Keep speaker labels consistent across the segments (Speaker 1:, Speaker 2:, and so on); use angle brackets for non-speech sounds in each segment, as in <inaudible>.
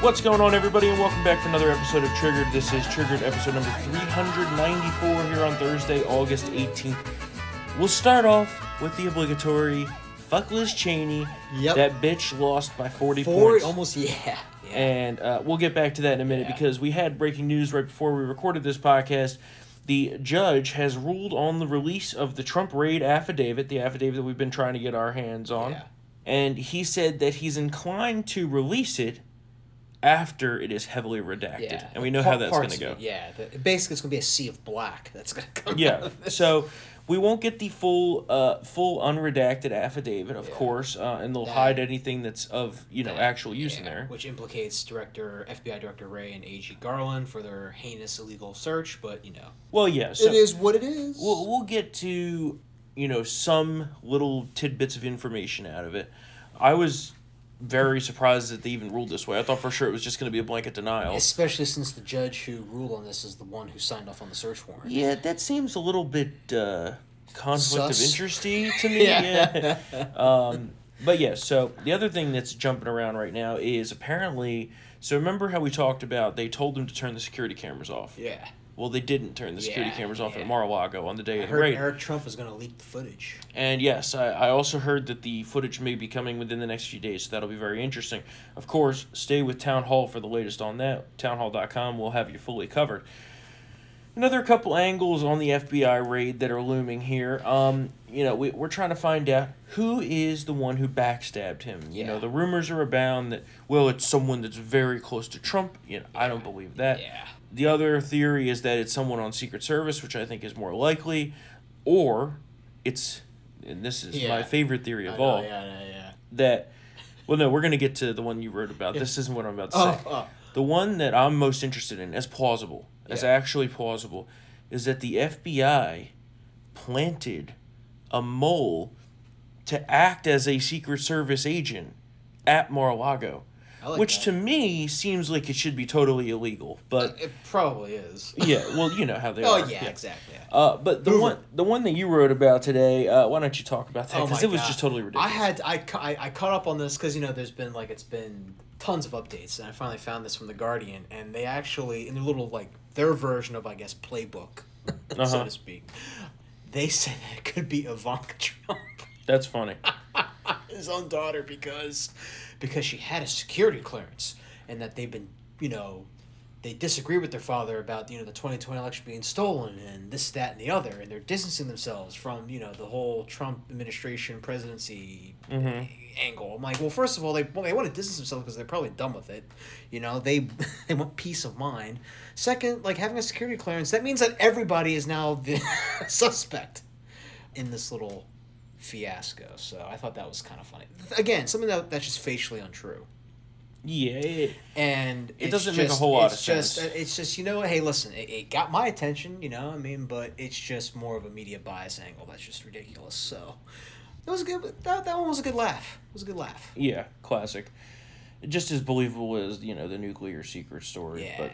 Speaker 1: What's going on, everybody, and welcome back for another episode of Triggered. This is Triggered episode number 394 here on Thursday, August 18th. We'll start off with the obligatory fuck Liz Cheney.
Speaker 2: Yep.
Speaker 1: That bitch lost by 40
Speaker 2: Four,
Speaker 1: points.
Speaker 2: almost yeah.
Speaker 1: And uh, we'll get back to that in a minute
Speaker 2: Yeah.
Speaker 1: because we had breaking news right before we recorded this podcast. The judge has ruled on the release of the Trump raid affidavit, the affidavit that we've been trying to get our hands on.
Speaker 2: Yeah.
Speaker 1: And he said that he's inclined to release it after it is heavily redacted.
Speaker 2: Yeah.
Speaker 1: And we know
Speaker 2: Par-
Speaker 1: how that's going
Speaker 2: parts
Speaker 1: to
Speaker 2: of
Speaker 1: go.
Speaker 2: it, Yeah, the, basically it's gonna be a sea of black that's gonna come.
Speaker 1: <laughs>
Speaker 2: out
Speaker 1: yeah.
Speaker 2: of it.
Speaker 1: So we won't get the full, uh, full unredacted affidavit, of course, uh, and they'll
Speaker 2: That-
Speaker 1: hide anything that's of you know
Speaker 2: That-
Speaker 1: actual use in
Speaker 2: Yeah,
Speaker 1: there.
Speaker 2: which implicates director FBI director Ray and AG Garland for their heinous illegal search. But you know,
Speaker 1: Well, yeah. So
Speaker 2: it is what it is.
Speaker 1: We'll, we'll get to you know some little tidbits of information out of it. I was very surprised that they even ruled this way. I thought for sure it was just going to be a blanket denial.
Speaker 2: Especially since the judge who ruled on this is the one who signed off on the search warrant.
Speaker 1: Yeah, that seems a little bit uh, conflict
Speaker 2: Sus.
Speaker 1: of interesty to
Speaker 2: <laughs>
Speaker 1: me. yeah. um, but yeah, so the other thing that's jumping around right now is apparently. So remember how we talked about they told them to turn the security cameras off.
Speaker 2: Yeah.
Speaker 1: Well, they didn't turn the security
Speaker 2: Yeah,
Speaker 1: cameras off
Speaker 2: yeah.
Speaker 1: at Mar-a-Lago on the day of
Speaker 2: I
Speaker 1: the
Speaker 2: heard
Speaker 1: raid.
Speaker 2: Eric Trump is gonna leak the footage.
Speaker 1: And yes, I, I also heard that the footage may be coming within the next few days, so that'll be very interesting. Of course, stay with Town Hall for the latest on that. Townhall.com will have you fully covered. Another couple angles on the FBI raid that are looming here. Um, you know, we, we're trying to find out who is the one who backstabbed him. You know,
Speaker 2: Yeah.
Speaker 1: the rumors are abound that, well, it's someone that's very close to Trump. You know, I don't believe that.
Speaker 2: Yeah.
Speaker 1: The other theory is that it's someone on Secret Service, which I think is more likely, or it's, and this is my
Speaker 2: Yeah.
Speaker 1: favorite theory
Speaker 2: I
Speaker 1: of
Speaker 2: know,
Speaker 1: all,
Speaker 2: yeah, yeah, yeah.
Speaker 1: that, well, no, we're going to get to the one you wrote about. This isn't what I'm about to
Speaker 2: Oh,
Speaker 1: say.
Speaker 2: oh.
Speaker 1: The one that I'm most interested in, as plausible, as
Speaker 2: Yeah.
Speaker 1: actually plausible, is that the FBI planted a mole to act as a Secret Service agent at Mar a Lago.
Speaker 2: I like
Speaker 1: Which
Speaker 2: that.
Speaker 1: to me seems like it should be totally illegal, but
Speaker 2: it probably is.
Speaker 1: <laughs> yeah, well, you know how they
Speaker 2: oh
Speaker 1: are.
Speaker 2: yeah, exactly. yeah.
Speaker 1: Uh, but the
Speaker 2: Hoover.
Speaker 1: one, the one that you wrote about today, uh, why don't you talk about that?
Speaker 2: Oh
Speaker 1: Because
Speaker 2: my
Speaker 1: it was
Speaker 2: God.
Speaker 1: just totally ridiculous.
Speaker 2: I had I, ca- I, I caught up on this because you know there's been like it's been tons of updates and I finally found this from the Guardian and they actually in their little like their version of I guess playbook <laughs> so
Speaker 1: Uh-huh.
Speaker 2: to speak they said it could be Ivanka Trump
Speaker 1: That's funny.
Speaker 2: his own daughter because because she had a security clearance and that they've been you know they disagree with their father about you know the 2020 election being stolen and this that and the other and they're distancing themselves from you know the whole trump administration presidency angle i'm like well first of all they, well, they want to distance themselves because they're probably done with it you know they <laughs> they want peace of mind second like having a security clearance that means that everybody is now the <laughs> suspect in this little fiasco. So I thought that was kind of funny. Again, something that, that's just facially untrue.
Speaker 1: Yeah. it-
Speaker 2: And it's
Speaker 1: doesn't make a
Speaker 2: just,
Speaker 1: whole lot
Speaker 2: it's
Speaker 1: of
Speaker 2: just, uh,
Speaker 1: sense.
Speaker 2: It's just you know, hey, listen, it, it got my attention, you know. what I mean, but it's just more of a media bias angle that's just ridiculous. So that was a good. That, that one was a good laugh. It was a good laugh.
Speaker 1: Yeah, classic. Just as believable as you know the nuclear secret story.
Speaker 2: Yeah,
Speaker 1: But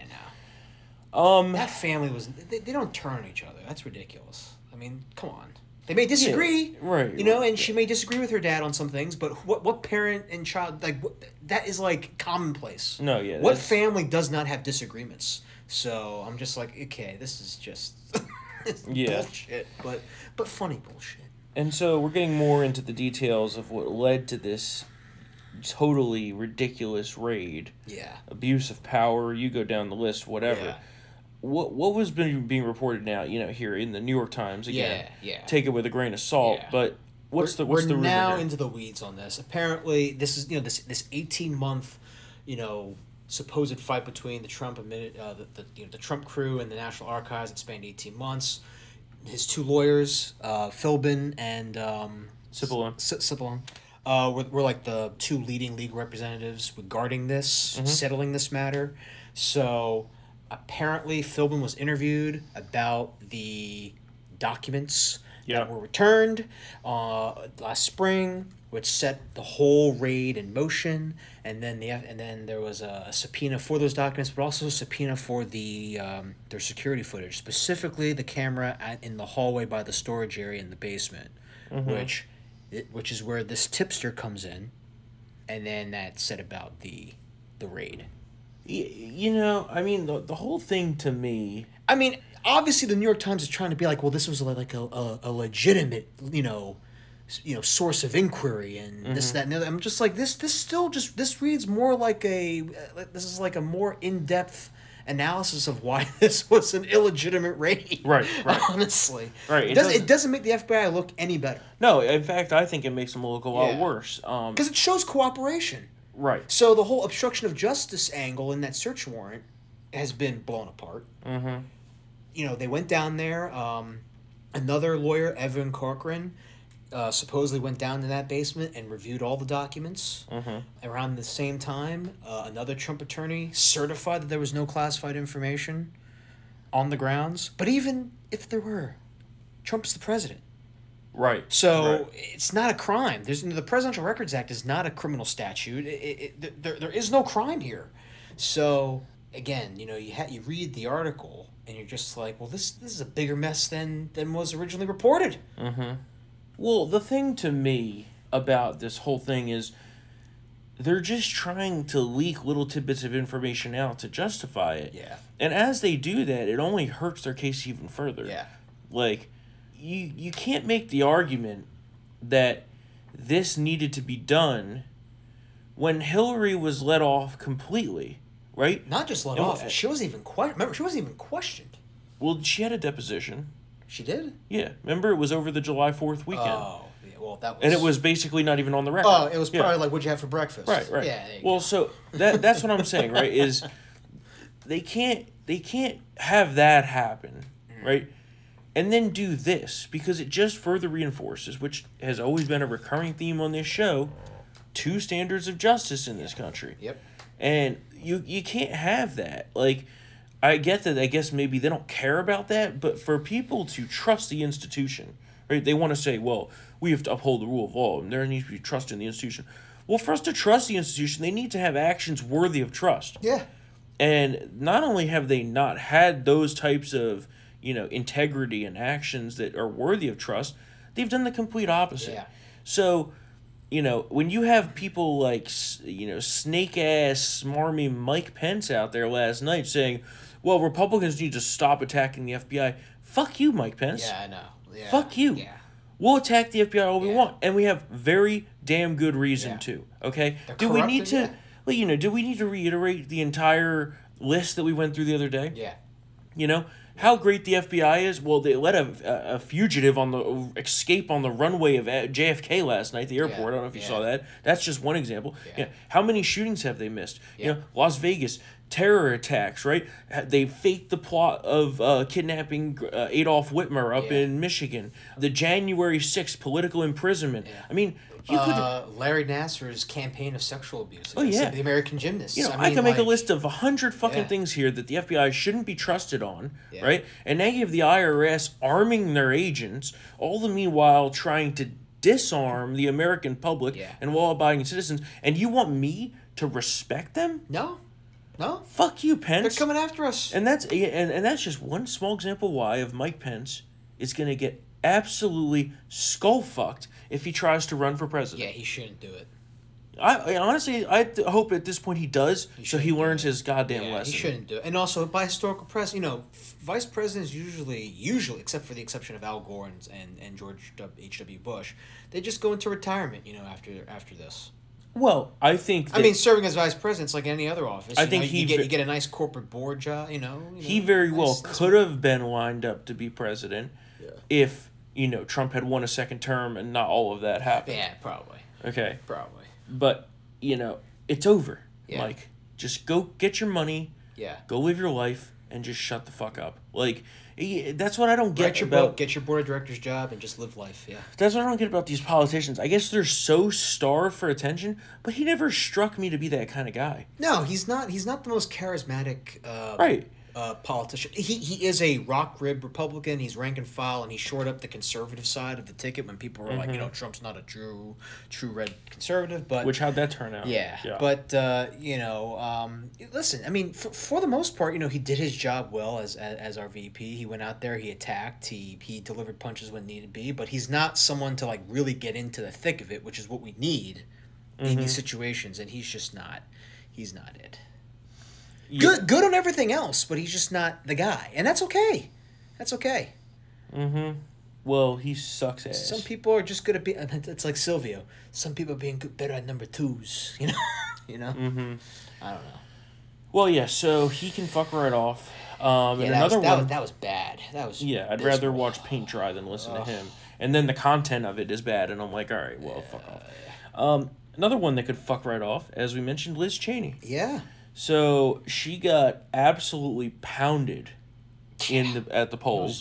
Speaker 2: no.
Speaker 1: um,
Speaker 2: That family was. They, they don't turn on each other. That's ridiculous. I mean, come on. They may disagree.
Speaker 1: right,
Speaker 2: You know,
Speaker 1: right,
Speaker 2: and she may disagree with her dad on some things, but what what parent and child like what, that is like commonplace.
Speaker 1: No, yeah,
Speaker 2: What
Speaker 1: that's-
Speaker 2: family does not have disagreements? So I'm just like, okay, this is just <laughs> this is
Speaker 1: Yeah.
Speaker 2: bullshit, but but funny bullshit.
Speaker 1: and so we're getting more into the details of what led to this totally ridiculous raid,
Speaker 2: Yeah.
Speaker 1: abuse of power. You go down the list, whatever.
Speaker 2: Yeah.
Speaker 1: What what was been being reported now? You know, here in the New York Times again.
Speaker 2: Yeah, yeah.
Speaker 1: Take it with a grain of salt,
Speaker 2: Yeah.
Speaker 1: but. What's
Speaker 2: we're,
Speaker 1: the what's
Speaker 2: we're
Speaker 1: the rumor
Speaker 2: now
Speaker 1: here?
Speaker 2: into the weeds on this. Apparently, this is you know this this eighteen month, you know, supposed fight between the Trump admini- uh, the, the you know the Trump crew and the National Archives that spanned eighteen months. His two lawyers, uh, Philbin and um,
Speaker 1: Cipollone.
Speaker 2: S- Cipollone, uh, were, were like the two leading league representatives regarding this, settling this matter. So apparently, Philbin was interviewed about the documents
Speaker 1: Yeah.
Speaker 2: that were returned uh, last spring, which set the whole raid in motion. And then the and then there was a subpoena for those documents, but also a subpoena for the um, their security footage, specifically the camera at, in the hallway by the storage area in the basement,
Speaker 1: Mm-hmm.
Speaker 2: which it, which is where this tipster comes in, and then that said about the the raid.
Speaker 1: Y- you know, I mean, the, the whole thing to me.
Speaker 2: I mean, obviously the New York Times is trying to be like, well, this was like a, a, a legitimate, you know, s- you know, source of inquiry and
Speaker 1: Mm-hmm.
Speaker 2: this, that, and the other. I'm just like this. This still just this reads more like a uh, this is like a more in depth analysis of why <laughs> this was an illegitimate raid.
Speaker 1: Right, right.
Speaker 2: <laughs> Honestly,
Speaker 1: Right,
Speaker 2: It,
Speaker 1: it
Speaker 2: doesn't,
Speaker 1: doesn't-
Speaker 2: it doesn't make the FBI look any better
Speaker 1: No, in fact, I think it makes them look a lot
Speaker 2: Yeah.
Speaker 1: worse. Um,
Speaker 2: because it shows cooperation.
Speaker 1: right.
Speaker 2: So the whole obstruction of justice angle in that search warrant has been blown apart.
Speaker 1: Mm-hmm.
Speaker 2: you know, they went down there. Um, another lawyer, Evan Corcoran, uh, supposedly went down to that basement and reviewed all the documents. Around the same time, uh, another Trump attorney certified that there was no classified information on the grounds. But even if there were, Trump's the president.
Speaker 1: Right.
Speaker 2: So
Speaker 1: Right.
Speaker 2: it's not a crime. There's the Presidential Records Act is not a criminal statute. It, it, it, there, there is no crime here. So again, you know, you ha- you read the article and you're just like, well, this this is a bigger mess than than was originally reported.
Speaker 1: Well, the thing to me about this whole thing is they're just trying to leak little tidbits of information out to justify it.
Speaker 2: Yeah.
Speaker 1: And as they do that, it only hurts their case even further.
Speaker 2: Yeah.
Speaker 1: Like you you can't make the argument that this needed to be done when Hillary was let off completely, right?
Speaker 2: Not just let
Speaker 1: And
Speaker 2: off.
Speaker 1: what-
Speaker 2: she wasn't even que- Remember, she wasn't even questioned.
Speaker 1: Well, she had a deposition.
Speaker 2: She did.
Speaker 1: Yeah. Remember it was over the July 4th weekend.
Speaker 2: Oh, yeah, well, that was.
Speaker 1: and it was basically not even on the record.
Speaker 2: Oh, it was
Speaker 1: Yeah.
Speaker 2: probably like, what'd you have for breakfast?
Speaker 1: Right, right.
Speaker 2: Yeah. there you
Speaker 1: well,
Speaker 2: go.
Speaker 1: so that that's what I'm saying, right? Is they can't they can't have that happen,
Speaker 2: Mm.
Speaker 1: right? And then do this because it just further reinforces, which has always been a recurring theme on this show, two standards of justice in this country.
Speaker 2: Yep.
Speaker 1: And you you can't have that. Like I get that I guess maybe they don't care about that, but for people to trust the institution, right? They want to say, well, we have to uphold the rule of law and there needs to be trust in the institution. Well, for us to trust the institution, they need to have actions worthy of trust.
Speaker 2: Yeah.
Speaker 1: And not only have they not had those types of, you know, integrity and actions that are worthy of trust, they've done the complete opposite.
Speaker 2: Yeah.
Speaker 1: So, you know, when you have people like, s- you know, snake ass, smarmy Mike Pence out there last night saying, well, Republicans need to stop attacking the FBI. Fuck you, Mike Pence.
Speaker 2: Yeah, I know. Yeah.
Speaker 1: Fuck you.
Speaker 2: Yeah.
Speaker 1: We'll attack the FBI all we
Speaker 2: Yeah.
Speaker 1: want, and we have very damn good reason
Speaker 2: Yeah.
Speaker 1: to. Okay,
Speaker 2: They're
Speaker 1: do we need
Speaker 2: corrupted,
Speaker 1: to?
Speaker 2: yeah.
Speaker 1: Well, you know, do we need to reiterate the entire list that we went through the other day?
Speaker 2: Yeah.
Speaker 1: You know how great the FBI is. Well, they let a, a- a fugitive on the escape on the runway of uh, a- JFK last night, the airport. I don't know if you
Speaker 2: yeah.
Speaker 1: saw that. That's just one example.
Speaker 2: Yeah.
Speaker 1: Yeah. How many shootings have they missed?
Speaker 2: Yeah.
Speaker 1: You know, Las Vegas terror attacks. Right. Ha- They faked the plot of uh, kidnapping uh, Adolf Whitmer up
Speaker 2: Yeah.
Speaker 1: in Michigan. The January sixth political imprisonment. I mean, you could.
Speaker 2: uh, Larry Nasser's campaign of sexual abuse. Oh
Speaker 1: yeah.
Speaker 2: the American gymnasts.
Speaker 1: You know, I,
Speaker 2: mean,
Speaker 1: can make
Speaker 2: like-
Speaker 1: a list of a hundred fucking
Speaker 2: Yeah.
Speaker 1: things here that the FBI shouldn't be trusted on,
Speaker 2: Yeah.
Speaker 1: right? And now you have the IRS arming their agents, all the meanwhile trying to disarm the American public
Speaker 2: Yeah.
Speaker 1: and law-abiding citizens. And you want me to respect them?
Speaker 2: No, no,
Speaker 1: Fuck you,
Speaker 2: they're
Speaker 1: Pence.
Speaker 2: coming after us.
Speaker 1: and that's and, and that's just one small example why of Mike Pence is going to get absolutely skull fucked if he tries to run for president.
Speaker 2: yeah, he shouldn't do it.
Speaker 1: I, I honestly I th- hope at this point he does so he
Speaker 2: shouldn't do
Speaker 1: learns his goddamn
Speaker 2: Yeah,
Speaker 1: lesson.
Speaker 2: he shouldn't do it. And also, by historical press, you know, f- vice presidents usually, usually, except for the exception of Al Gore and and, and George W- H. W. Bush, they just go into retirement. You know, after after this.
Speaker 1: Well, I think that
Speaker 2: I mean, serving as vice president's like any other office.
Speaker 1: I
Speaker 2: you
Speaker 1: think
Speaker 2: know,
Speaker 1: he
Speaker 2: you get
Speaker 1: ve-
Speaker 2: you get a nice corporate board job. You know, you
Speaker 1: he
Speaker 2: know,
Speaker 1: very well
Speaker 2: nice- nice-
Speaker 1: could have been lined up to be president if you know Trump had won a second term and not all of that happened.
Speaker 2: Yeah, probably,
Speaker 1: Okay,
Speaker 2: probably.
Speaker 1: but you know it's over,
Speaker 2: Yeah.
Speaker 1: Mike. Just go get your money,
Speaker 2: Yeah.
Speaker 1: go live your life, and just shut the fuck up. Like he- that's what I don't get
Speaker 2: Get your
Speaker 1: about
Speaker 2: boat, get your board of directors job, and just live life. Yeah.
Speaker 1: that's what I don't get about these politicians. I guess they're so starved for attention, but he never struck me to be that kind of guy.
Speaker 2: No, he's not. He's not the most charismatic. Uh,
Speaker 1: Right.
Speaker 2: Uh, politician. He he is a rock rib Republican. He's rank and file, and he shored up the conservative side of the ticket when people were like, you know, Trump's not a true true red conservative, but
Speaker 1: Mm-hmm. Which how'd that turn out?
Speaker 2: yeah, but uh, you know, um, listen. I mean, for, for the most part, you know, he did his job well as, as as our VP. He went out there, he attacked, he he delivered punches when needed be. But he's not someone to like really get into the thick of it, which is what
Speaker 1: Mm-hmm.
Speaker 2: we need in these situations. And he's just not. He's not it.
Speaker 1: Yeah.
Speaker 2: Good, good on everything else, but he's just not the guy, and that's okay. That's okay.
Speaker 1: Mm-hmm. Well, he sucks ass.
Speaker 2: Some people are just good at being. <laughs> It's like Silvio. Some people are being good, better at number twos. <laughs> You know. you know.
Speaker 1: Mm-hmm.
Speaker 2: I don't know.
Speaker 1: Well, yeah. So he can fuck right off. Um,
Speaker 2: Yeah,
Speaker 1: and
Speaker 2: that,
Speaker 1: another
Speaker 2: was, that,
Speaker 1: one.
Speaker 2: was, that was bad. That was.
Speaker 1: yeah, I'd rather
Speaker 2: abysmal.
Speaker 1: watch paint dry than listen
Speaker 2: Ugh.
Speaker 1: to him. And then the content of it is bad, and I'm like, all right, well, fuck off. Um, another one that could fuck right off, as we mentioned, Liz Cheney. <sighs>
Speaker 2: Yeah.
Speaker 1: So she got absolutely pounded in the at the polls.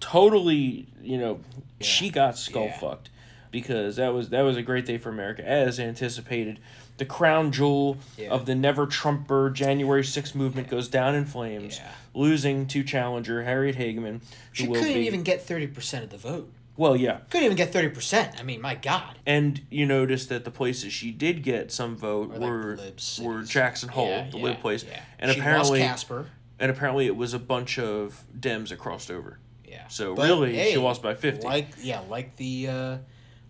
Speaker 1: totally, you know, she got skull
Speaker 2: Yeah.
Speaker 1: fucked because that was that was a great day for America as anticipated. The crown jewel
Speaker 2: Yeah.
Speaker 1: of the never Trumper January 6th movement goes down in flames,
Speaker 2: Yeah.
Speaker 1: losing to challenger Harriet Hageman.
Speaker 2: She couldn't even get thirty percent of the vote.
Speaker 1: well, yeah,
Speaker 2: Couldn't even get thirty percent. I mean, my God.
Speaker 1: and you notice that the places she did get some vote
Speaker 2: Or, like,
Speaker 1: were
Speaker 2: lib
Speaker 1: were
Speaker 2: cities.
Speaker 1: Jackson Hole,
Speaker 2: Yeah,
Speaker 1: the
Speaker 2: yeah,
Speaker 1: lib place,
Speaker 2: yeah.
Speaker 1: and
Speaker 2: She lost
Speaker 1: apparently
Speaker 2: Casper.
Speaker 1: and apparently it was a bunch of Dems that crossed over.
Speaker 2: Yeah.
Speaker 1: So
Speaker 2: But,
Speaker 1: really,
Speaker 2: hey,
Speaker 1: she lost by fifty.
Speaker 2: Like yeah, like the uh,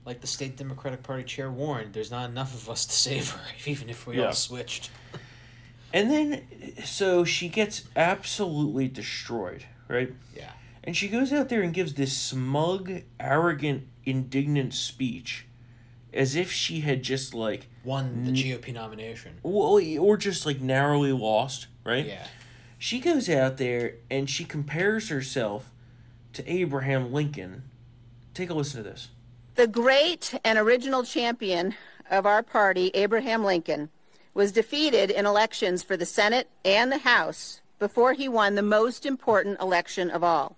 Speaker 2: like the state Democratic Party chair warned, there's not enough of us to save her, <laughs> even if we
Speaker 1: Yeah.
Speaker 2: all switched.
Speaker 1: And then, so she gets absolutely destroyed, right?
Speaker 2: Yeah.
Speaker 1: And she goes out there and gives this smug, arrogant, indignant speech as if she had just like,
Speaker 2: Won the GOP nomination.
Speaker 1: well, or just like narrowly lost, right?
Speaker 2: Yeah.
Speaker 1: She goes out there and she compares herself to Abraham Lincoln. Take a listen to this.
Speaker 3: The great and original champion of our party, Abraham Lincoln, was defeated in elections for the Senate and the House before he won the most important election of all.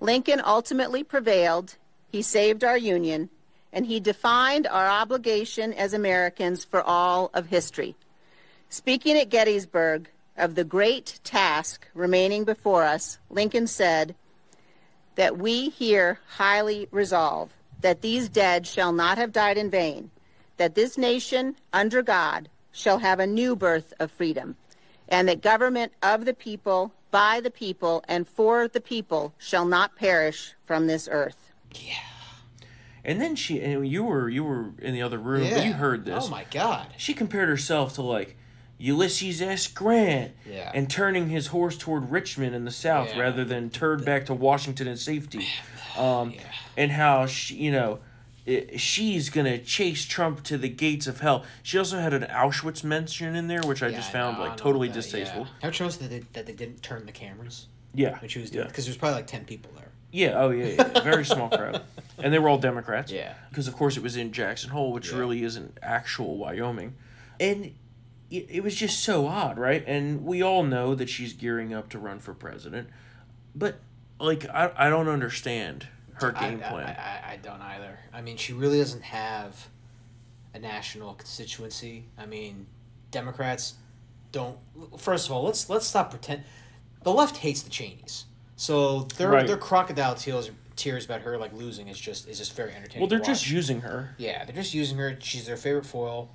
Speaker 3: Lincoln ultimately prevailed, he saved our Union, and he defined our obligation as Americans for all of history. Speaking at Gettysburg of the great task remaining before us, Lincoln said, that we here highly resolve that these dead shall not have died in vain, that this nation, under God, shall have a new birth of freedom, and that government of the people, by the people, and for the people shall not perish from this earth.
Speaker 1: And then she, and you were you were in the other room,
Speaker 2: Yeah.
Speaker 1: but you heard this.
Speaker 2: Oh my God.
Speaker 1: she compared herself to like Ulysses S. Grant
Speaker 2: Yeah.
Speaker 1: and turning his horse toward Richmond in the South
Speaker 2: Yeah.
Speaker 1: rather than turned back to Washington in
Speaker 2: <sighs>
Speaker 1: safety. Um, And how she, you know, i- she's gonna chase Trump to the gates of hell. She also had an Auschwitz mention in there, which I just found like totally distasteful.
Speaker 2: How true that they, that they didn't turn the cameras
Speaker 1: Yeah,
Speaker 2: when she was doing
Speaker 1: yeah.
Speaker 2: because there's probably like ten people there.
Speaker 1: Yeah, oh yeah, yeah. very small crowd, and they were all Democrats.
Speaker 2: Yeah.
Speaker 1: because of course it was in Jackson Hole, which
Speaker 2: Yeah.
Speaker 1: really isn't actual Wyoming, and it, it was just so odd, right? And we all know that she's gearing up to run for president, but like I, I don't understand her
Speaker 2: I-
Speaker 1: game
Speaker 2: I,
Speaker 1: plan.
Speaker 2: I, I, I don't either. I mean, she really doesn't have a national constituency. I mean, Democrats don't. First of all, let's let's stop pretend. The left hates the Cheneys, so their
Speaker 1: Right.
Speaker 2: their crocodile tears tears about her like losing is just is just very entertaining.
Speaker 1: well, they're
Speaker 2: to
Speaker 1: just
Speaker 2: watch.
Speaker 1: using her.
Speaker 2: yeah, they're just using her. She's their favorite foil.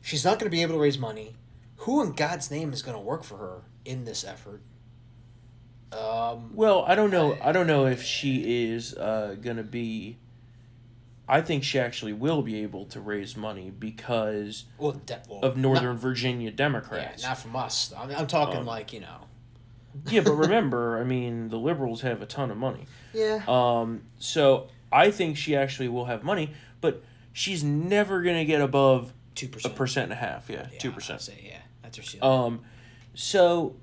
Speaker 2: She's not going to be able to raise money. Who in God's name is going to work for her in this effort? Um,
Speaker 1: Well, I don't know. I don't know if she is uh, gonna be. I think she actually will be able to raise money because
Speaker 2: well, de- well,
Speaker 1: of
Speaker 2: not-
Speaker 1: Northern Virginia
Speaker 2: Yeah,
Speaker 1: Democrats.
Speaker 2: not from us. I'm, I'm talking
Speaker 1: Um,
Speaker 2: like you know.
Speaker 1: yeah, but remember, I mean, the liberals have a ton of money.
Speaker 2: Yeah.
Speaker 1: Um, so I think she actually will have money, but she's never gonna get above
Speaker 2: Two
Speaker 1: a
Speaker 2: percent.
Speaker 1: percent and a half. Yeah, two percent.
Speaker 2: Say yeah. That's her ceiling.
Speaker 1: Um, so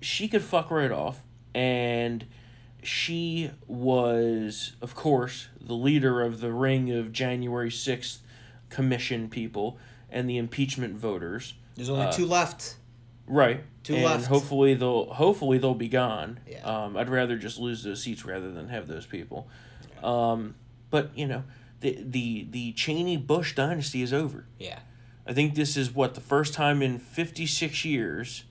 Speaker 1: she could fuck right off, and she was, of course, the leader of the ring of January sixth commission people and the impeachment voters.
Speaker 2: There's
Speaker 1: uh,
Speaker 2: only two left.
Speaker 1: Right.
Speaker 2: Two
Speaker 1: and
Speaker 2: left.
Speaker 1: hopefully they'll hopefully they'll be gone.
Speaker 2: Yeah.
Speaker 1: Um, I'd rather just lose those seats rather than have those people. Um, but you know, the the the Cheney Bush dynasty is over.
Speaker 2: Yeah.
Speaker 1: I think this is what the first time in fifty six years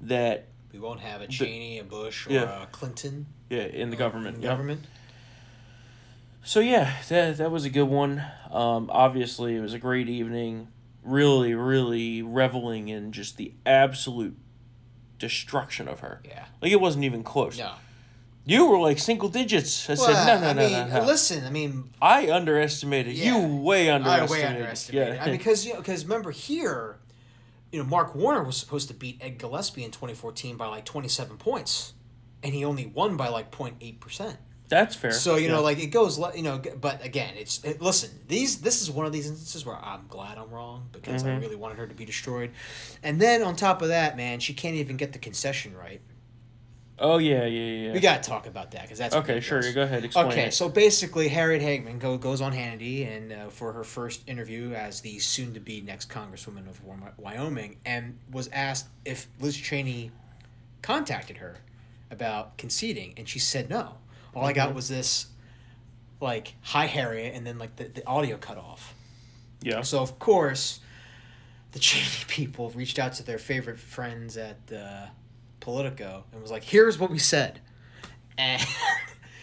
Speaker 1: that
Speaker 2: We won't have a Cheney, a Bush, or
Speaker 1: Yeah.
Speaker 2: a Clinton
Speaker 1: yeah uh, in the government.
Speaker 2: in
Speaker 1: yeah.
Speaker 2: government.
Speaker 1: So yeah, that that was a good one. Um, obviously it was a great evening. Really, really reveling in just the absolute destruction of her.
Speaker 2: Yeah.
Speaker 1: Like it wasn't even close.
Speaker 2: No.
Speaker 1: You were like single digits. I said, no, no,
Speaker 2: I
Speaker 1: no,
Speaker 2: mean,
Speaker 1: no, no.
Speaker 2: Listen, I mean,
Speaker 1: I underestimated.
Speaker 2: Yeah.
Speaker 1: You way
Speaker 2: I
Speaker 1: underestimated.
Speaker 2: way underestimated.
Speaker 1: Yeah.
Speaker 2: I mean, because you know, because remember here, you know, Mark Warner was supposed to beat Ed Gillespie in 2014 by like 27 points, and he only won by like 0.8 percent.
Speaker 1: <laughs> That's fair.
Speaker 2: So you know,
Speaker 1: Yeah.
Speaker 2: like it goes, le- you know. g- But again, it's it, listen. These this is one of these instances where I'm glad I'm wrong because
Speaker 1: Mm-hmm.
Speaker 2: I really wanted her to be destroyed. And then on top of that, man, she can't even get the concession right.
Speaker 1: oh yeah, yeah, yeah.
Speaker 2: We gotta talk about that because that's
Speaker 1: okay, sure.
Speaker 2: ridiculous.
Speaker 1: Go ahead. Explain.
Speaker 2: Okay,
Speaker 1: it.
Speaker 2: so basically, Harriet Hagman go, goes on Hannity and uh, for her first interview as the soon-to-be next Congresswoman of Wy- Wyoming, and was asked if Liz Cheney contacted her about conceding, and she said no. All I
Speaker 1: Mm-hmm.
Speaker 2: got was this, like, "Hi Harriet," and then like the, the audio cut off.
Speaker 1: yeah.
Speaker 2: So of course, the <laughs> Cheney people reached out to their favorite friends at uh, Politico and was like, "Here's what we said," and <laughs>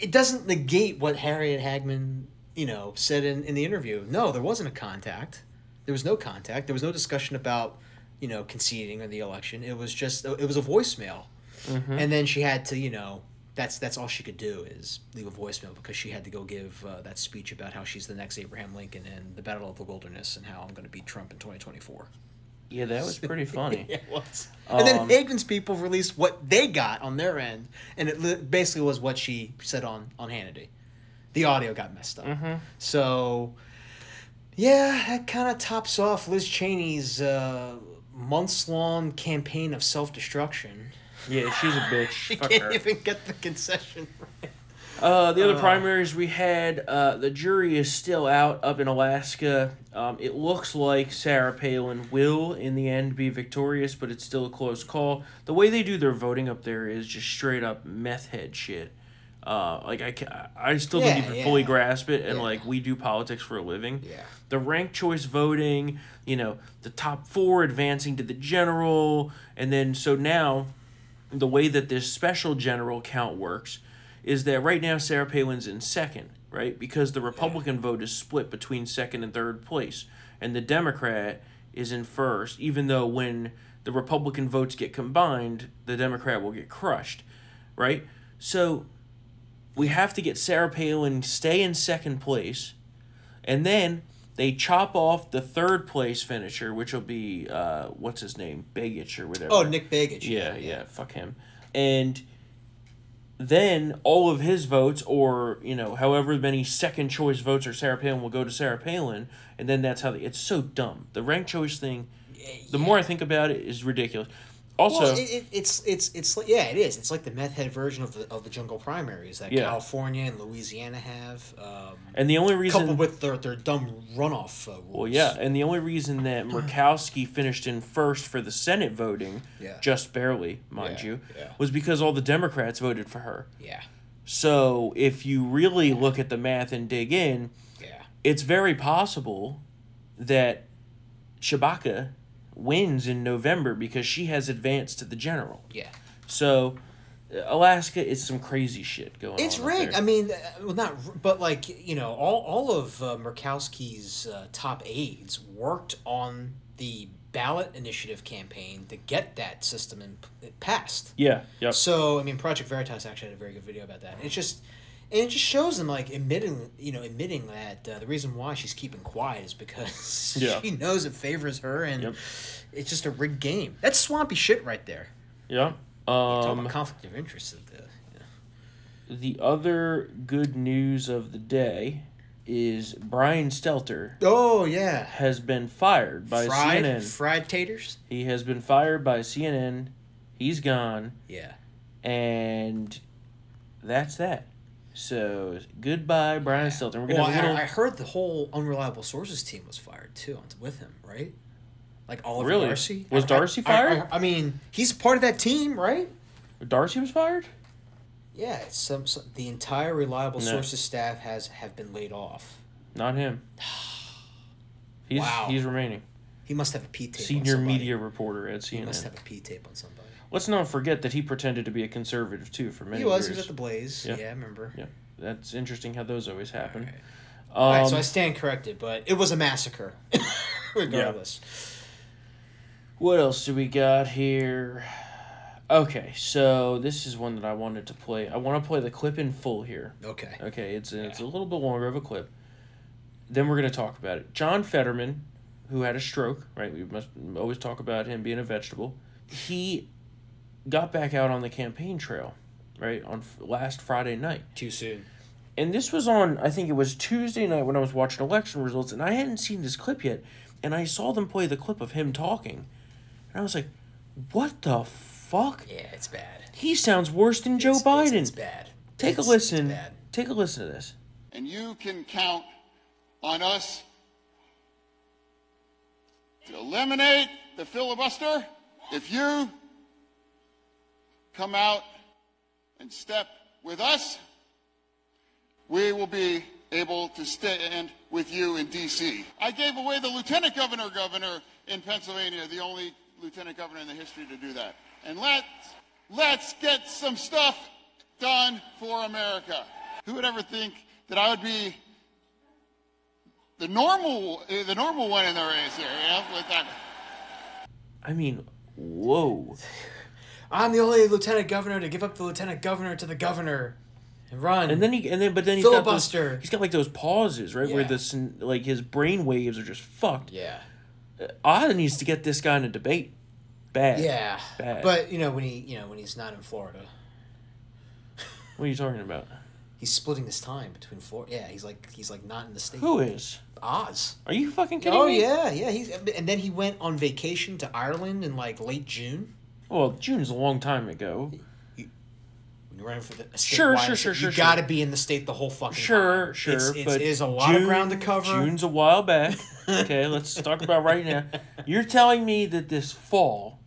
Speaker 2: it doesn't negate what Harriet Hagman, you know, said in, in the interview. No, there wasn't a contact. There was no contact. There was no discussion about, you know, conceding or the election. It was just it was a voicemail, and then she had to, you know. That's, that's all she could do is leave a voicemail because she had to go give uh, that speech about how she's the next Abraham Lincoln and the Battle of the Wilderness and how I'm going to beat Trump in 2024.
Speaker 1: Yeah, that was pretty funny.
Speaker 2: <laughs> Yeah, it was. and then
Speaker 1: Um,
Speaker 2: Hagen's people released what they got on their end, and it li- basically was what she said on on Hannity. The audio got messed up. So, yeah, that kind of tops off Liz Cheney's uh, months long campaign of self destruction. <laughs>
Speaker 1: Yeah, she's a bitch.
Speaker 2: She
Speaker 1: Fuck
Speaker 2: can't
Speaker 1: her.
Speaker 2: even get the concession right.
Speaker 1: Uh, the other primaries we had, uh, the jury is still out up in Alaska. Um, it looks like Sarah Palin will, in the end, be victorious, but it's still a close call. The way they do their voting up there is just straight up meth head shit. Uh, like I, ca- I still
Speaker 2: Yeah,
Speaker 1: didn't even fully
Speaker 2: yeah.
Speaker 1: grasp it, and
Speaker 2: Yeah.
Speaker 1: like we do politics for a living.
Speaker 2: Yeah.
Speaker 1: The ranked choice voting, you know, the top four advancing to the general, and then so now the way that this special general count works is that right now Sarah Palin's in second, right? Because the Republican vote is split between second and third place, and the Democrat is in first, even though when the Republican votes get combined, the Democrat will get crushed, right? So we have to get Sarah Palin stay in second place, and then they chop off the third place finisher, which will be uh, what's his name, Begich or whatever.
Speaker 2: Oh, Nick Bagage.
Speaker 1: Yeah, yeah, fuck him. And then all of his votes, or you know, however many second choice votes or Sarah Palin will go to Sarah Palin, and then that's how they. It's so dumb. The ranked choice thing. The more I think about it, is ridiculous. Also,
Speaker 2: Well, it, it, it's it's it's like- yeah, it is. It's like the meth head version of the of the jungle primaries that
Speaker 1: Yeah.
Speaker 2: California and Louisiana have, um,
Speaker 1: and the only reason
Speaker 2: coupled with their their dumb runoff uh, rules.
Speaker 1: Well, yeah, and the only reason that Murkowski finished in first for the Senate voting,
Speaker 2: Yeah.
Speaker 1: just barely, mind
Speaker 2: Yeah,
Speaker 1: you,
Speaker 2: yeah.
Speaker 1: was because all the Democrats voted for her.
Speaker 2: yeah,
Speaker 1: So if you really look at the math and dig in,
Speaker 2: yeah.
Speaker 1: it's very possible that Chewbacca wins in November because she has advanced to the general.
Speaker 2: Yeah.
Speaker 1: So Alaska is some crazy shit going
Speaker 2: It's
Speaker 1: on. up
Speaker 2: rigged.
Speaker 1: there.
Speaker 2: I mean, uh, well, not, r- but like you know, all all of uh, Murkowski's uh, top aides worked on the ballot initiative campaign to get that system in, passed.
Speaker 1: yeah, yep.
Speaker 2: So I mean, Project Veritas actually had a very good video about that. It's just, and it just shows them like admitting, you know, admitting that uh, the reason why she's keeping quiet is because <laughs>
Speaker 1: Yeah.
Speaker 2: she knows it favors her, and
Speaker 1: Yep.
Speaker 2: it's just a rigged game. That's swampy shit right there.
Speaker 1: Yep.
Speaker 2: Talk
Speaker 1: Um,
Speaker 2: about conflict of interest. At the,
Speaker 1: The other good news of the day is Brian Stelter
Speaker 2: Oh yeah,
Speaker 1: has been fired by
Speaker 2: fried
Speaker 1: CNN.
Speaker 2: fried taters.
Speaker 1: he has been fired by CNN. He's gone,
Speaker 2: Yeah.
Speaker 1: and that's that. So goodbye, Brian Stelter. We're gonna
Speaker 2: Well, I,
Speaker 1: have a
Speaker 2: I
Speaker 1: little.
Speaker 2: heard the whole unreliable sources team was fired too on- with him, right? Like Oliver
Speaker 1: Really?
Speaker 2: Darcy.
Speaker 1: Was
Speaker 2: I- I-
Speaker 1: Darcy
Speaker 2: I- I-
Speaker 1: fired?
Speaker 2: I mean, he's part of that team, right?
Speaker 1: Darcy was fired.
Speaker 2: Yeah, it's some, some the entire reliable
Speaker 1: No.
Speaker 2: sources staff has have been laid off.
Speaker 1: Not
Speaker 2: <sighs>
Speaker 1: him. He's
Speaker 2: Wow.
Speaker 1: he's remaining
Speaker 2: He must have a P tape. on
Speaker 1: senior
Speaker 2: somebody.
Speaker 1: media reporter at
Speaker 2: He must
Speaker 1: CNN.
Speaker 2: have a P tape on somebody.
Speaker 1: Let's not forget that he pretended to be a conservative too for many
Speaker 2: He was. He
Speaker 1: years.
Speaker 2: was at the Blaze.
Speaker 1: Yeah.
Speaker 2: Yeah, I remember.
Speaker 1: yeah, that's interesting how those always happen.
Speaker 2: Alright.
Speaker 1: Um,
Speaker 2: All right, so I stand corrected, but it was a massacre, <laughs> regardless.
Speaker 1: What else do we got here? Okay, so this is one that I wanted to play. I want to play the clip in full here.
Speaker 2: Okay.
Speaker 1: Okay, it's it's a little bit longer of a clip. Then we're going to talk about it. John Fetterman, who had a stroke, right? We must always talk about him being a vegetable. He got back out on the campaign trail, right, on f- last Friday night.
Speaker 2: Too soon.
Speaker 1: And this was on, I think it was Tuesday night when I was watching election results, and I hadn't seen this clip yet. And I saw them play the clip of him talking. And I was like, what the fuck?
Speaker 2: Yeah, it's bad.
Speaker 1: He sounds worse than Joe
Speaker 2: It's-
Speaker 1: Biden.
Speaker 2: It's, it's bad.
Speaker 1: Take
Speaker 2: It's-
Speaker 1: a listen.
Speaker 2: It's bad.
Speaker 1: Take a listen to this.
Speaker 4: And you can count on us to eliminate the filibuster if you come out and step with us. We will be able to stand with you in D.C. I gave away the lieutenant governor, governor in Pennsylvania, the only lieutenant governor in the history to do that. And let's, let's get some stuff done for America. Who would ever think that I would be the normal, eh, the normal one in the race here? You know, with that.
Speaker 1: I mean, whoa.
Speaker 2: I'm the only lieutenant governor to give up the lieutenant governor to the governor and run.
Speaker 1: And then he and then but then he's got those-
Speaker 2: Filibuster.
Speaker 1: he's got like those pauses, right? Where
Speaker 2: Yeah.
Speaker 1: this like his brain waves are just fucked.
Speaker 2: yeah.
Speaker 1: Oz needs to get this guy in a debate. Bad.
Speaker 2: Yeah.
Speaker 1: Bad.
Speaker 2: But you know when he you know when he's not in Florida,
Speaker 1: What are you talking about?
Speaker 2: he's splitting his time between Florida. Yeah, he's like he's like not in the state.
Speaker 1: Who is?
Speaker 2: Oz?
Speaker 1: Are you fucking kidding
Speaker 2: Oh
Speaker 1: me?
Speaker 2: yeah, yeah. He's and then he went on vacation to Ireland in like late June.
Speaker 1: Well, June's a long time ago.
Speaker 2: When you're running for the state
Speaker 1: Sure, sure, sure, sure,
Speaker 2: you got to be in the state the whole fucking
Speaker 1: Sure,
Speaker 2: time.
Speaker 1: sure,
Speaker 2: It's, it's,
Speaker 1: but
Speaker 2: it is a lot of ground to cover.
Speaker 1: June's a while
Speaker 2: <laughs>
Speaker 1: back. Okay, let's talk about right now. You're telling me that this fall,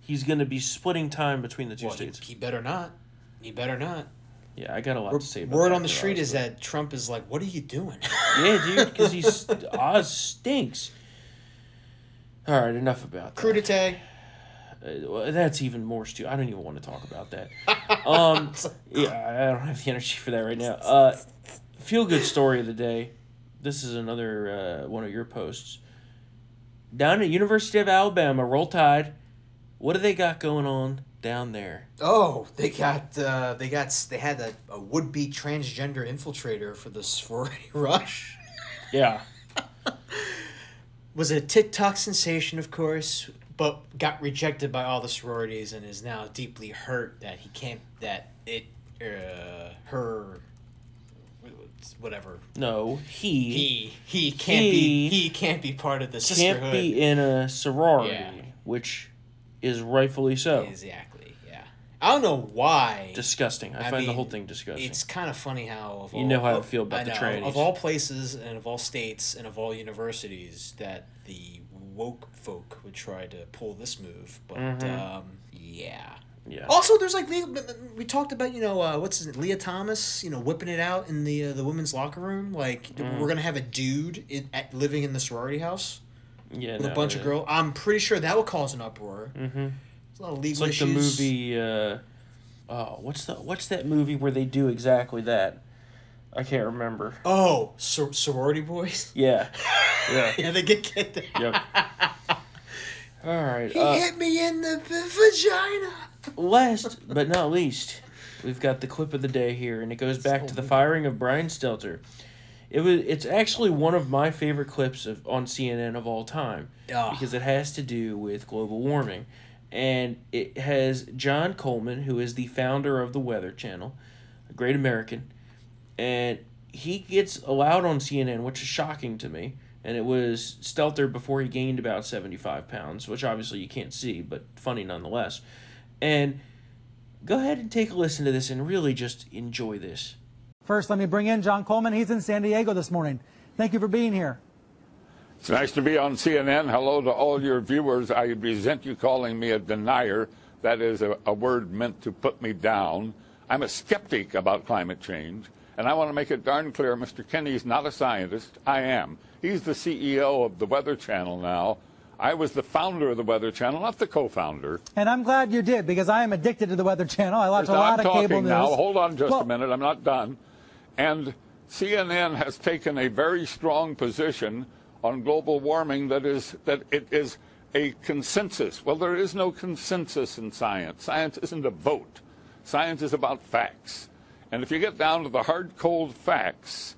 Speaker 1: he's going to be splitting time between the two
Speaker 2: Well, he,
Speaker 1: states.
Speaker 2: he better not. He better not.
Speaker 1: Yeah, I got a lot to say. about
Speaker 2: Word
Speaker 1: that
Speaker 2: on the
Speaker 1: for
Speaker 2: street
Speaker 1: Oz,
Speaker 2: is
Speaker 1: but-
Speaker 2: that Trump is like, "What are you doing?" <laughs>
Speaker 1: yeah, dude, because he's <laughs> Oz stinks. All right, enough about that.
Speaker 2: Crudite.
Speaker 1: Uh, well, that's even more stupid. I don't even want to talk about that.
Speaker 2: <laughs>
Speaker 1: Um, yeah, I I don't have the energy for that right now. Uh, feel good story of the day. This is another uh, one of your posts. Down at University of Alabama, Roll Tide. What do they got going on down there?
Speaker 2: Oh, they got uh, they got they had a, a would be transgender infiltrator for the sorority <laughs> rush.
Speaker 1: Yeah,
Speaker 2: Was a TikTok sensation, of course, but got rejected by all the sororities and is now deeply hurt that he can't that it uh, her whatever
Speaker 1: no, he,
Speaker 2: he he can't
Speaker 1: He
Speaker 2: be he can't be part of the
Speaker 1: can't
Speaker 2: sisterhood
Speaker 1: be in a sorority,
Speaker 2: Yeah.
Speaker 1: which is rightfully so.
Speaker 2: exactly yeah I don't know why
Speaker 1: disgusting. I,
Speaker 2: I
Speaker 1: find the
Speaker 2: mean,
Speaker 1: whole thing disgusting.
Speaker 2: It's kind of funny how of
Speaker 1: You
Speaker 2: all-
Speaker 1: know how I
Speaker 2: of-
Speaker 1: feel about the trannies.
Speaker 2: Of all places and of all states and of all universities, that the woke folk would try to pull this move, but
Speaker 1: Mm-hmm.
Speaker 2: um, yeah.
Speaker 1: yeah.
Speaker 2: Also, there's like Leah- we talked about, you know, uh, what's his name? Leah Thomas, you know, whipping it out in the uh, the women's locker room. Like
Speaker 1: Mm.
Speaker 2: we're gonna have a dude in, at, living in the sorority house
Speaker 1: yeah,
Speaker 2: with
Speaker 1: no,
Speaker 2: a bunch of
Speaker 1: yeah.
Speaker 2: girls. I'm pretty sure that would cause an uproar. Mm-hmm. There's a lot of legal
Speaker 1: It's like the
Speaker 2: issues.
Speaker 1: movie. Uh, oh, what's the what's that movie where they do exactly that? I can't remember.
Speaker 2: Oh, sor- sorority boys. <laughs>
Speaker 1: Yeah, yeah,
Speaker 2: Yeah, they get kicked out.
Speaker 1: yep. All right. Uh,
Speaker 2: hit me in the vagina.
Speaker 1: last but not least, we've got the clip of the day here, and it goes back to the firing of Brian Stelter. It was. It's actually one of my favorite clips of on CNN of all time
Speaker 2: Ah.
Speaker 1: because it has to do with global warming, and it has John Coleman, who is the founder of the Weather Channel, a great American, and he gets allowed on CNN, which is shocking to me. And it was Stelter before he gained about seventy five pounds, which obviously you can't see, but funny nonetheless. And go ahead and take a listen to this and really just enjoy this.
Speaker 5: First, let me bring in John Coleman. He's in San Diego this morning. Thank you for being here.
Speaker 6: It's nice to be on CNN. Hello to all your viewers. I resent you calling me a denier. That is a, a word meant to put me down. I'm a skeptic about climate change, and I want to make it darn clear Mr. Kenny's not a scientist. I am. He's the CEO of the Weather Channel now. I was the founder of the Weather Channel, not the co founder.
Speaker 5: And I'm glad you did because I am addicted to the Weather Channel. I watch a lot of
Speaker 6: I'm talking
Speaker 5: cable news.
Speaker 6: now. Hold on just
Speaker 5: Well,
Speaker 6: a minute. I'm not done. And CNN has taken a very strong position on global warming that is that it is a consensus. Well, there is no consensus in science. Science isn't a vote. Science is about facts. And if you get down to the hard cold facts,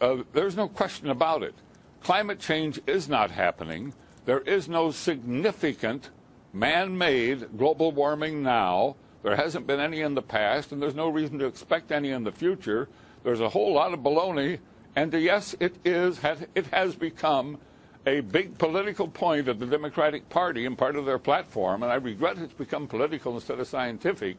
Speaker 6: uh, there's no question about it. Climate change is not happening. There is no significant man made global warming now. There hasn't been any in the past, and there's no reason to expect any in the future. There's a whole lot of baloney, and uh, yes, it is. has- It has become a big political point of the Democratic Party and part of their platform, and I regret it's become political instead of scientific.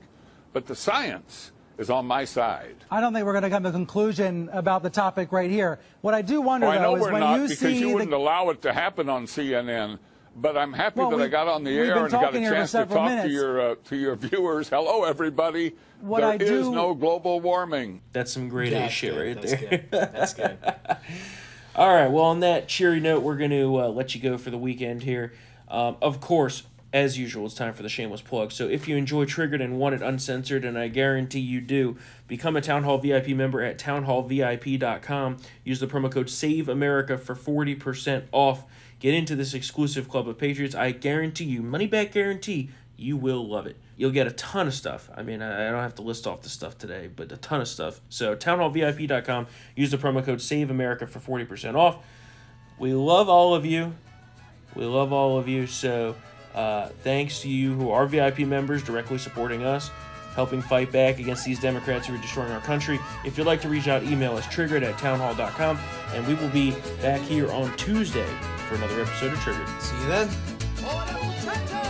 Speaker 6: But the science is on my side.
Speaker 5: I don't think we're going to come to a conclusion about the topic right here. What I do wonder,
Speaker 6: Oh, I know
Speaker 5: though, is
Speaker 6: we're
Speaker 5: when
Speaker 6: not
Speaker 5: you
Speaker 6: because
Speaker 5: see
Speaker 6: you
Speaker 5: the
Speaker 6: wouldn't allow it to happen on CNN. But I'm happy
Speaker 5: Well,
Speaker 6: that
Speaker 5: we-
Speaker 6: I got on the
Speaker 5: we've
Speaker 6: air
Speaker 5: been
Speaker 6: and got a
Speaker 5: talking here for
Speaker 6: chance to
Speaker 5: several
Speaker 6: talk to
Speaker 5: minutes.
Speaker 6: your uh, to your <laughs> viewers. Hello, everybody.
Speaker 5: What
Speaker 6: There
Speaker 5: I
Speaker 6: is
Speaker 5: do-
Speaker 6: no global warming.
Speaker 1: That's some great A
Speaker 2: That's
Speaker 1: shit
Speaker 2: good,
Speaker 1: right
Speaker 2: that's
Speaker 1: there.
Speaker 2: Good. That's good.
Speaker 1: All right. Well, on that cheery note, we're going to uh, let you go for the weekend here. Um, of course, as usual, it's time for the shameless plug. So if you enjoy Triggered and want it uncensored, and I guarantee you do, become a Town Hall VIP member at townhallvip.com. Use the promo code SAVEAmerica for 40% off. Get into this exclusive club of patriots. I guarantee you, money back guarantee, you will love it. You'll get a ton of stuff. I mean, I I don't have to list off the stuff today, but a ton of stuff. So, townhallvip.com, use the promo code SAVEAmerica for 40% off. We love all of you. We love all of you. So, uh, thanks to you who are VIP members directly supporting us, helping fight back against these Democrats who are destroying our country. If you'd like to reach out, email us triggered at townhall.com, and we will be back here on Tuesday for another episode of Triggered.
Speaker 2: See you then.
Speaker 7: Hora muchachos.